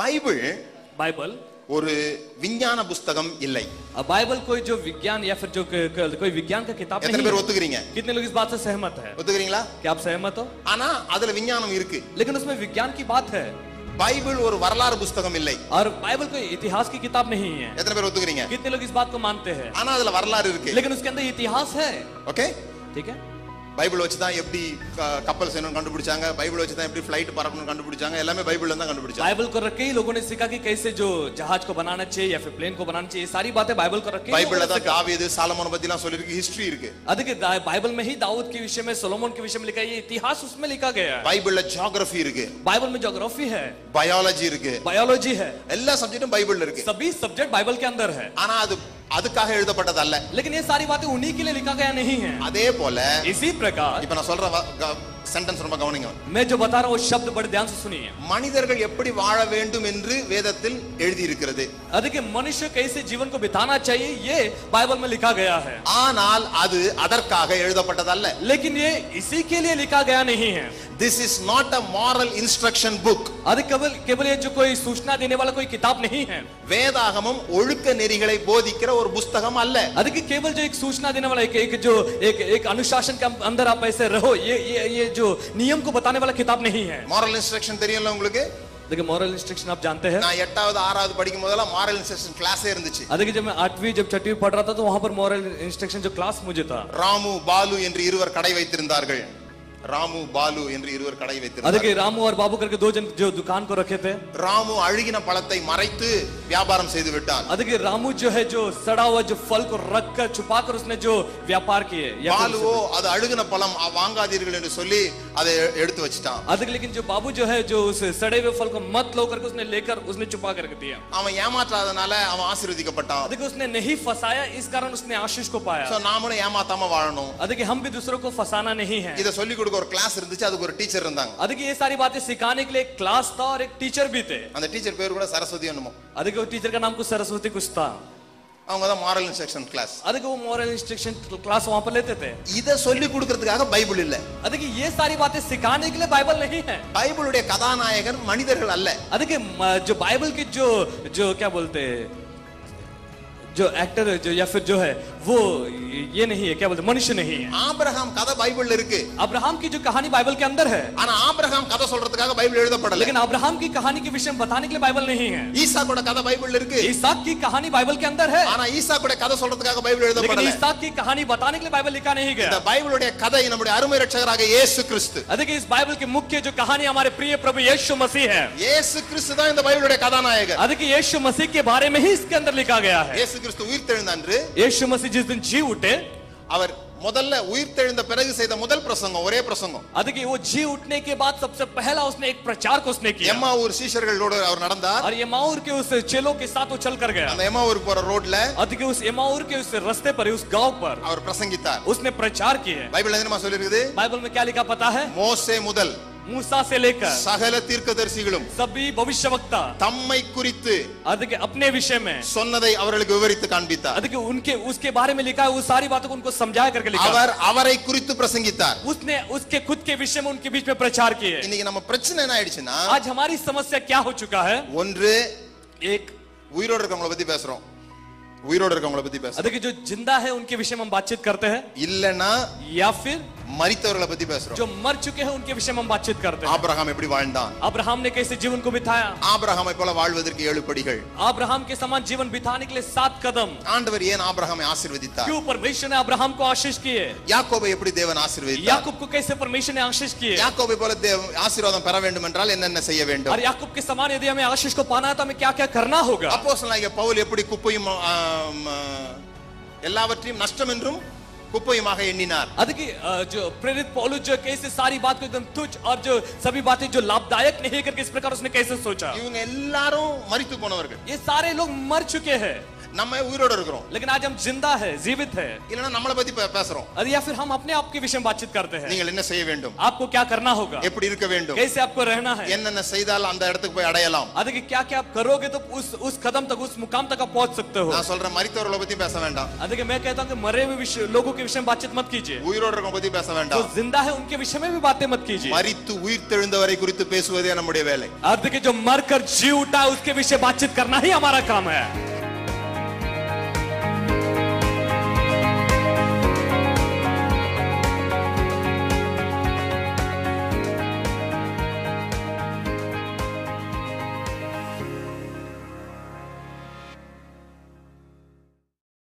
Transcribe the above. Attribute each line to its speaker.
Speaker 1: Bible
Speaker 2: Bible
Speaker 1: ஒரு விஞ்ஞான புஸ்தகம் இல்லை
Speaker 2: अब बाइबल कोई जो विज्ञान या फिर जो क- क- कोई विज्ञान का किताब
Speaker 1: எத்தனை
Speaker 2: नहीं
Speaker 1: பேர்
Speaker 2: है
Speaker 1: ஒத்துக்கிறீங்க
Speaker 2: कितने लोग इस बात से सहमत है
Speaker 1: ஒத்துக்கிறீங்களா
Speaker 2: क्या आप सहमत हो
Speaker 1: ஆனா அதுல விஞ்ஞானம் இருக்கு
Speaker 2: लेकिन उसमें विज्ञान की बात है
Speaker 1: பைபிள் ஒரு வரலாறு புஸ்தகம் இல்லை
Speaker 2: और बाइबल कोई इतिहास की किताब नहीं है
Speaker 1: எத்தனை பேர் ஒத்துக்கிறீங்க
Speaker 2: कितने लोग इस बात को मानते हैं
Speaker 1: ஆனா அதுல வரலாறு இருக்கு
Speaker 2: लेकिन उसके अंदर इतिहास है
Speaker 1: ஓகே
Speaker 2: ठीक है
Speaker 1: பைபிள் வச்சு தான் எப்படி கப்பல் செய்யணும்னு கண்டுபிடிச்சாங்க பைபிள் வச்சு தான் எப்படி ஃப்ளைட் பறக்கணும்னு கண்டுபிடிச்சாங்க எல்லாமே பைபிள்ல தான் கண்டுபிடிச்சாங்க
Speaker 2: बाइबल को रख के ही लोगों ने सीखा कि कैसे जो जहाज को बनाना चाहिए या फिर प्लेन को बनाना चाहिए ये सारी बातें बाइबल को रख के ही
Speaker 1: பைபிள்ல
Speaker 2: लोगों ने
Speaker 1: தான் தாவீது சாலமோன் பத்தி எல்லாம் சொல்லிருக்கு ஹிஸ்டரி இருக்கு
Speaker 2: सीखा। अधिक दा- बाइबल में ही दाऊद के विषय में सोलोमन के विषय में लिखा है ये इतिहास उसमें लिखा गया है
Speaker 1: பைபிள்ல ஜியோகிராஃபி இருக்கு
Speaker 2: बाइबल में ज्योग्राफी है
Speaker 1: பயாலஜி இருக்கு
Speaker 2: बायोलॉजी है
Speaker 1: எல்லா சப்ஜெக்டும் பைபிள்ல இருக்கு
Speaker 2: सभी सब्जेक्ट बाइबल के अंदर है
Speaker 1: ஆனா அது அதுக்காக எழுதப்பட்டது அல்ல
Speaker 2: लेकिन ये सारी बातें उन्हीं के लिए लिखा गया नहीं है
Speaker 1: அதே போல
Speaker 2: इसी प्रकार
Speaker 1: இப்ப நான் சொல்ற சென்டென்ஸ் ரொம்ப கவனிங்க
Speaker 2: मैं जो बता रहा हूँ वो शब्द बड़े ध्यान से सुनिए
Speaker 1: மனிதர்கள் எப்படி வாழ வேண்டும் என்று வேதத்தில் எழுதியிருக்கிறது
Speaker 2: अधिक मनुष्य कैसे जीवन को बिताना चाहिए ये बाइबल में लिखा गया है
Speaker 1: ஆனால் அது அதற்காக எழுதப்பட்டதல்ல
Speaker 2: लेकिन ये इसी के लिए लिखा गया नहीं है
Speaker 1: this is not a moral instruction book
Speaker 2: अधिक केवल केवल ये जो कोई सूचना देने वाला कोई किताब नहीं है
Speaker 1: வேதாகமம் ஒழுக்க நெறிகளை போதிக்கிற ஒரு புஸ்தகம் அல்ல
Speaker 2: अधिक केवल जो एक सूचना देने वाला एक, एक जो एक एक अनुशासन के अं-, अंदर आप ऐसे रहो ये ये ये जो नियम को बताने वाला किताब नहीं है
Speaker 1: moral இன்ஸ்ட்ரக்ஷன் தெரியும்ல உங்களுக்கு
Speaker 2: देखिए मॉरल इंस्ट्रक्शन आप जानते हैं
Speaker 1: நான் எட்டாவது ஆறாவது படிக்கும் போதெல்லாம் moral இன்ஸ்ட்ரக்ஷன் கிளாஸே இருந்துச்சு
Speaker 2: अधिक जब मैं आठवीं जब छठवीं पढ़ रहा था तो वहां पर मॉरल इंस्ट्रक्शन जो क्लास मुझे था
Speaker 1: ராமு பாலு என்று இருவர் கடை வைத்திருந்தார்கள் ராமு பாலு என்று இருவர் கடை வைத்திருந்தார்கள்
Speaker 2: अधिक रामू और बाबू करके दो जन जो दुकान को रखे थे
Speaker 1: ராமு அழுகின பழத்தை மறைத்து வியாபாரம் செய்து விட்டான்
Speaker 2: अधिक रामू जो है जो सड़ा हुआ जो फल को रख कर छुपा कर उसने जो व्यापार किए या फिर
Speaker 1: பாலுவோ அது அழுகின பழம் அ- வாங்காதீர்கள் என்று சொல்லி அதை எ- எடுத்து வச்சிட்டான்
Speaker 2: अधिक लेकिन जो बाबू जो है जो उस सड़े हुए फल को मत लो करके उसने लेकर उसने छुपा करके दिया
Speaker 1: அவன் ஏமாற்றாதனால அவன் ஆசீர்வதிக்கப்பட்டான்
Speaker 2: अधिक उसने नहीं फंसाया इस कारण उसने आशीष को
Speaker 1: சோ
Speaker 2: पाया
Speaker 1: நாமளும் ஏமாத்தாம வாழணும்
Speaker 2: अधिक हम भी दूसरों को फंसाना नहीं है
Speaker 1: இதை சொல்லி கொடுக்க ஒரு கிளாஸ் இருந்துச்சு அதுக்கு ஒரு டீச்சர் இருந்தாங்க
Speaker 2: अधिक ये सारी बातें सिखाने के लिए एक क्लास था और एक टीचर भी थे
Speaker 1: அந்த डीचर பேர் கூட சரஸ்வதி என்னமோ
Speaker 2: अधिक वो टीचर का नाम कुछ सरस्वती कुछ था
Speaker 1: அவங்க தான் மாரல் இன்ஸ்ட்ரக்ஷன் கிளாஸ்
Speaker 2: अधिक वो मॉरल इंस्ट्रक्शन क्लास वहां पर लेते थे
Speaker 1: இதை சொல்லி கொடுக்கறதுக்காக பைபிள் இல்ல
Speaker 2: अधिक ये सारी बातें सिखाने के लिए बाइबल नहीं है
Speaker 1: பைபிளுடைய கதாநாயகன் மனிதர்கள் அல்ல
Speaker 2: अधिक म- जो बाइबल की जो जो क्या बोलते हैं जो एक्टर जो या फिर जो है वो ये नहीं है क्या बोलते हैं, मनुष्य नहीं है
Speaker 1: ஆபிரகாம் கதை பைபிள்ல இருக்கு
Speaker 2: अब्राहम की जो कहानी बाइबल के अंदर है
Speaker 1: ஆனா ஆபிரகாம் கதை சொல்றதுக்காக பைபிள் எழுதப்படல
Speaker 2: लेकिन अब्राहम की कहानी के विषय में बताने के लिए बाइबल नहीं है
Speaker 1: ஈசாக்கோட கதை பைபிள்ல இருக்கு
Speaker 2: ईसाक की कहानी बाइबल के अंदर है
Speaker 1: ஆனா ஈசாக்கோட கதை சொல்றதுக்காக பைபிள்
Speaker 2: लेकिन
Speaker 1: எழுதப்படல
Speaker 2: ईसाक की कहानी बताने के लिए बाइबल लिखा नहीं
Speaker 1: இந்த
Speaker 2: गया
Speaker 1: பைபிளுடைய கதை நம்முடைய அருமை ரட்சகராக இயேசு கிறிஸ்து
Speaker 2: अधिक इस बाइबल की मुख्य जो कहानी हमारे प्रिय प्रभु यीशु मसीह है
Speaker 1: இயேசு கிறிஸ்து தான் இந்த பைபிளுடைய कदानायक
Speaker 2: अधिक यीशु मसीह के बारे में ही इसके अंदर लिखा गया है
Speaker 1: இயேசு கிறிஸ்து உயிர்த்தெழுந்த அன்று
Speaker 2: यीशु मसीह जिस दिन जी उठे
Speaker 1: அவர் முதல்ல உயிர்த்தெழுந்த பிறகு செய்த முதல் பிரசங்கம் ஒரே பிரசங்கம்
Speaker 2: अधिक वो जी उठने के बाद सबसे पहला उसने एक प्रचार को उसने किया
Speaker 1: எம்மா ஊர் சீஷர்களோடு அவர் நடந்தார்
Speaker 2: और यमाऊर के उस चेलों के साथ वो चल कर गया
Speaker 1: அந்த எம்மா ஊர் போற ரோட்ல
Speaker 2: अधिक उस यमाऊर के उस रास्ते पर उस गांव पर
Speaker 1: அவர் பிரசங்கித்தார்
Speaker 2: उसने प्रचार किए
Speaker 1: பைபிள் என்ன சொல்லிருக்குது
Speaker 2: बाइबल में क्या लिखा पता है
Speaker 1: மோசே முதல்
Speaker 2: मूसा से लेकर
Speaker 1: சகல தீர்க்கதரிசிகளும்
Speaker 2: सभी भविष्यवक्ता
Speaker 1: தம்மை குறித்து
Speaker 2: अधिक अपने विषय में
Speaker 1: சொன்னதை அவர்களுக்கு विवரித்து काண்பித்தார்
Speaker 2: अधिक उनके उसके बारे में लिखा है वो सारी बातों को उनको समझाया करके लिखा है।
Speaker 1: அவர் அவரை குறித்து பிரசங்கித்தார்
Speaker 2: उसने उसके खुद के विषय में उनके बीच में प्रचार किए
Speaker 1: இன்னைக்கு நம்ம பிரச்சனை என்ன ஆயிடுச்சுன்னா
Speaker 2: आज हमारी समस्या क्या हो चुका है
Speaker 1: ஒன்று
Speaker 2: एक
Speaker 1: உயிரோடு இருக்கவங்கள பத்தி பேசுறோம் உயிரோடு இருக்கவங்கள பத்தி பேசுறோம்
Speaker 2: अधिक जो जिंदा है उनके विषय में हम बातचीत करते हैं
Speaker 1: இல்லனா
Speaker 2: या फिर
Speaker 1: மரித்தவர்களை பத்தி பேசுறோம்
Speaker 2: जो मर चुके हैं उनके विषय में हम बातचीत करते हैं
Speaker 1: ஆபிரகாம் எப்படி வாழ்ந்தான்
Speaker 2: अब्राहम ने कैसे जीवन को बिताया
Speaker 1: ஆபிரகாமை போல வாழ்வதற்கு ஏழு படிகள்
Speaker 2: अब्राहम के समान जीवन बिताने के लिए सात कदम
Speaker 1: ஆண்டவர் ஏன் ஆபிரகாமை ஆசீர்வதித்தார்
Speaker 2: क्यों परमेश्वर ने अब्राहम को आशीष किए
Speaker 1: யாக்கோபை எப்படி தேவன் ஆசீர்வதித்தார்
Speaker 2: याकूब को कैसे परमेश्वर ने आशीष किए
Speaker 1: யாக்கோபை போல தேவ- ஆசீர்வாதம் பெற வேண்டும் என்றால் என்னென்ன செய்ய வேண்டும்
Speaker 2: और याकूब के समान यदि हमें आशीष को पाना है तो हमें क्या क्या करना होगा
Speaker 1: அப்போஸ்தலனாகிய பவுல் எப்படி குப்பையும் ஆம், ஆ, எல்லாவற்றையும் நஷ்டம் என்றும் குப்பையுமாக எண்ணினார்
Speaker 2: अधिक अ, जो प्रेरित पौलुस जो कैसे सारी बात को एकदम तुच्छ और जो सभी बातें जो लाभदायक नहीं है करके इस प्रकार उसने कैसे सोचा
Speaker 1: இவங்க எல்லாரும் மரித்து போனவர்கள்
Speaker 2: ये सारे लोग मर चुके हैं
Speaker 1: நம்ம உயிரோட இருக்கிறோம்
Speaker 2: लेकिन आज हम जिंदा है जीवित है
Speaker 1: இல்லைன்னா நம்மளை பத்தி பே- பேசுறோம்
Speaker 2: अरे या फिर हम अपने आप के विषय में बातचीत करते हैं
Speaker 1: நீங்கள் என்ன செய்ய வேண்டும்
Speaker 2: आपको क्या करना होगा
Speaker 1: எப்படி இருக்க வேண்டும்
Speaker 2: तो कैसे आपको रहना है
Speaker 1: என்னென்ன செய்தால் அந்த இடத்துக்கு போய் அடையலாம்
Speaker 2: आगे क्या क्या आप करोगे तो उस उस कदम तक उस मुकाम तक आप पहुंच सकते हो
Speaker 1: நான் சொல்றேன் மரித்தவர்களை பத்தி பேச வேண்டாம்
Speaker 2: आगे मैं कहता हूँ कि मरे हुए विषय लोगों के विषय में बातचीत मत कीजिए
Speaker 1: உயிரோட இருக்கவங்க பத்தி பேச
Speaker 2: जो
Speaker 1: வேண்டாம்
Speaker 2: जिंदा है उनके विषय में भी बातें मत कीजिए
Speaker 1: மரித்து உயிர் தெழுந்தவரை குறித்து பேசுவதே நம்முடைய வேலை
Speaker 2: और देखिए जो मरकर जी उठा उसके विषय बातचीत करना ही हमारा काम है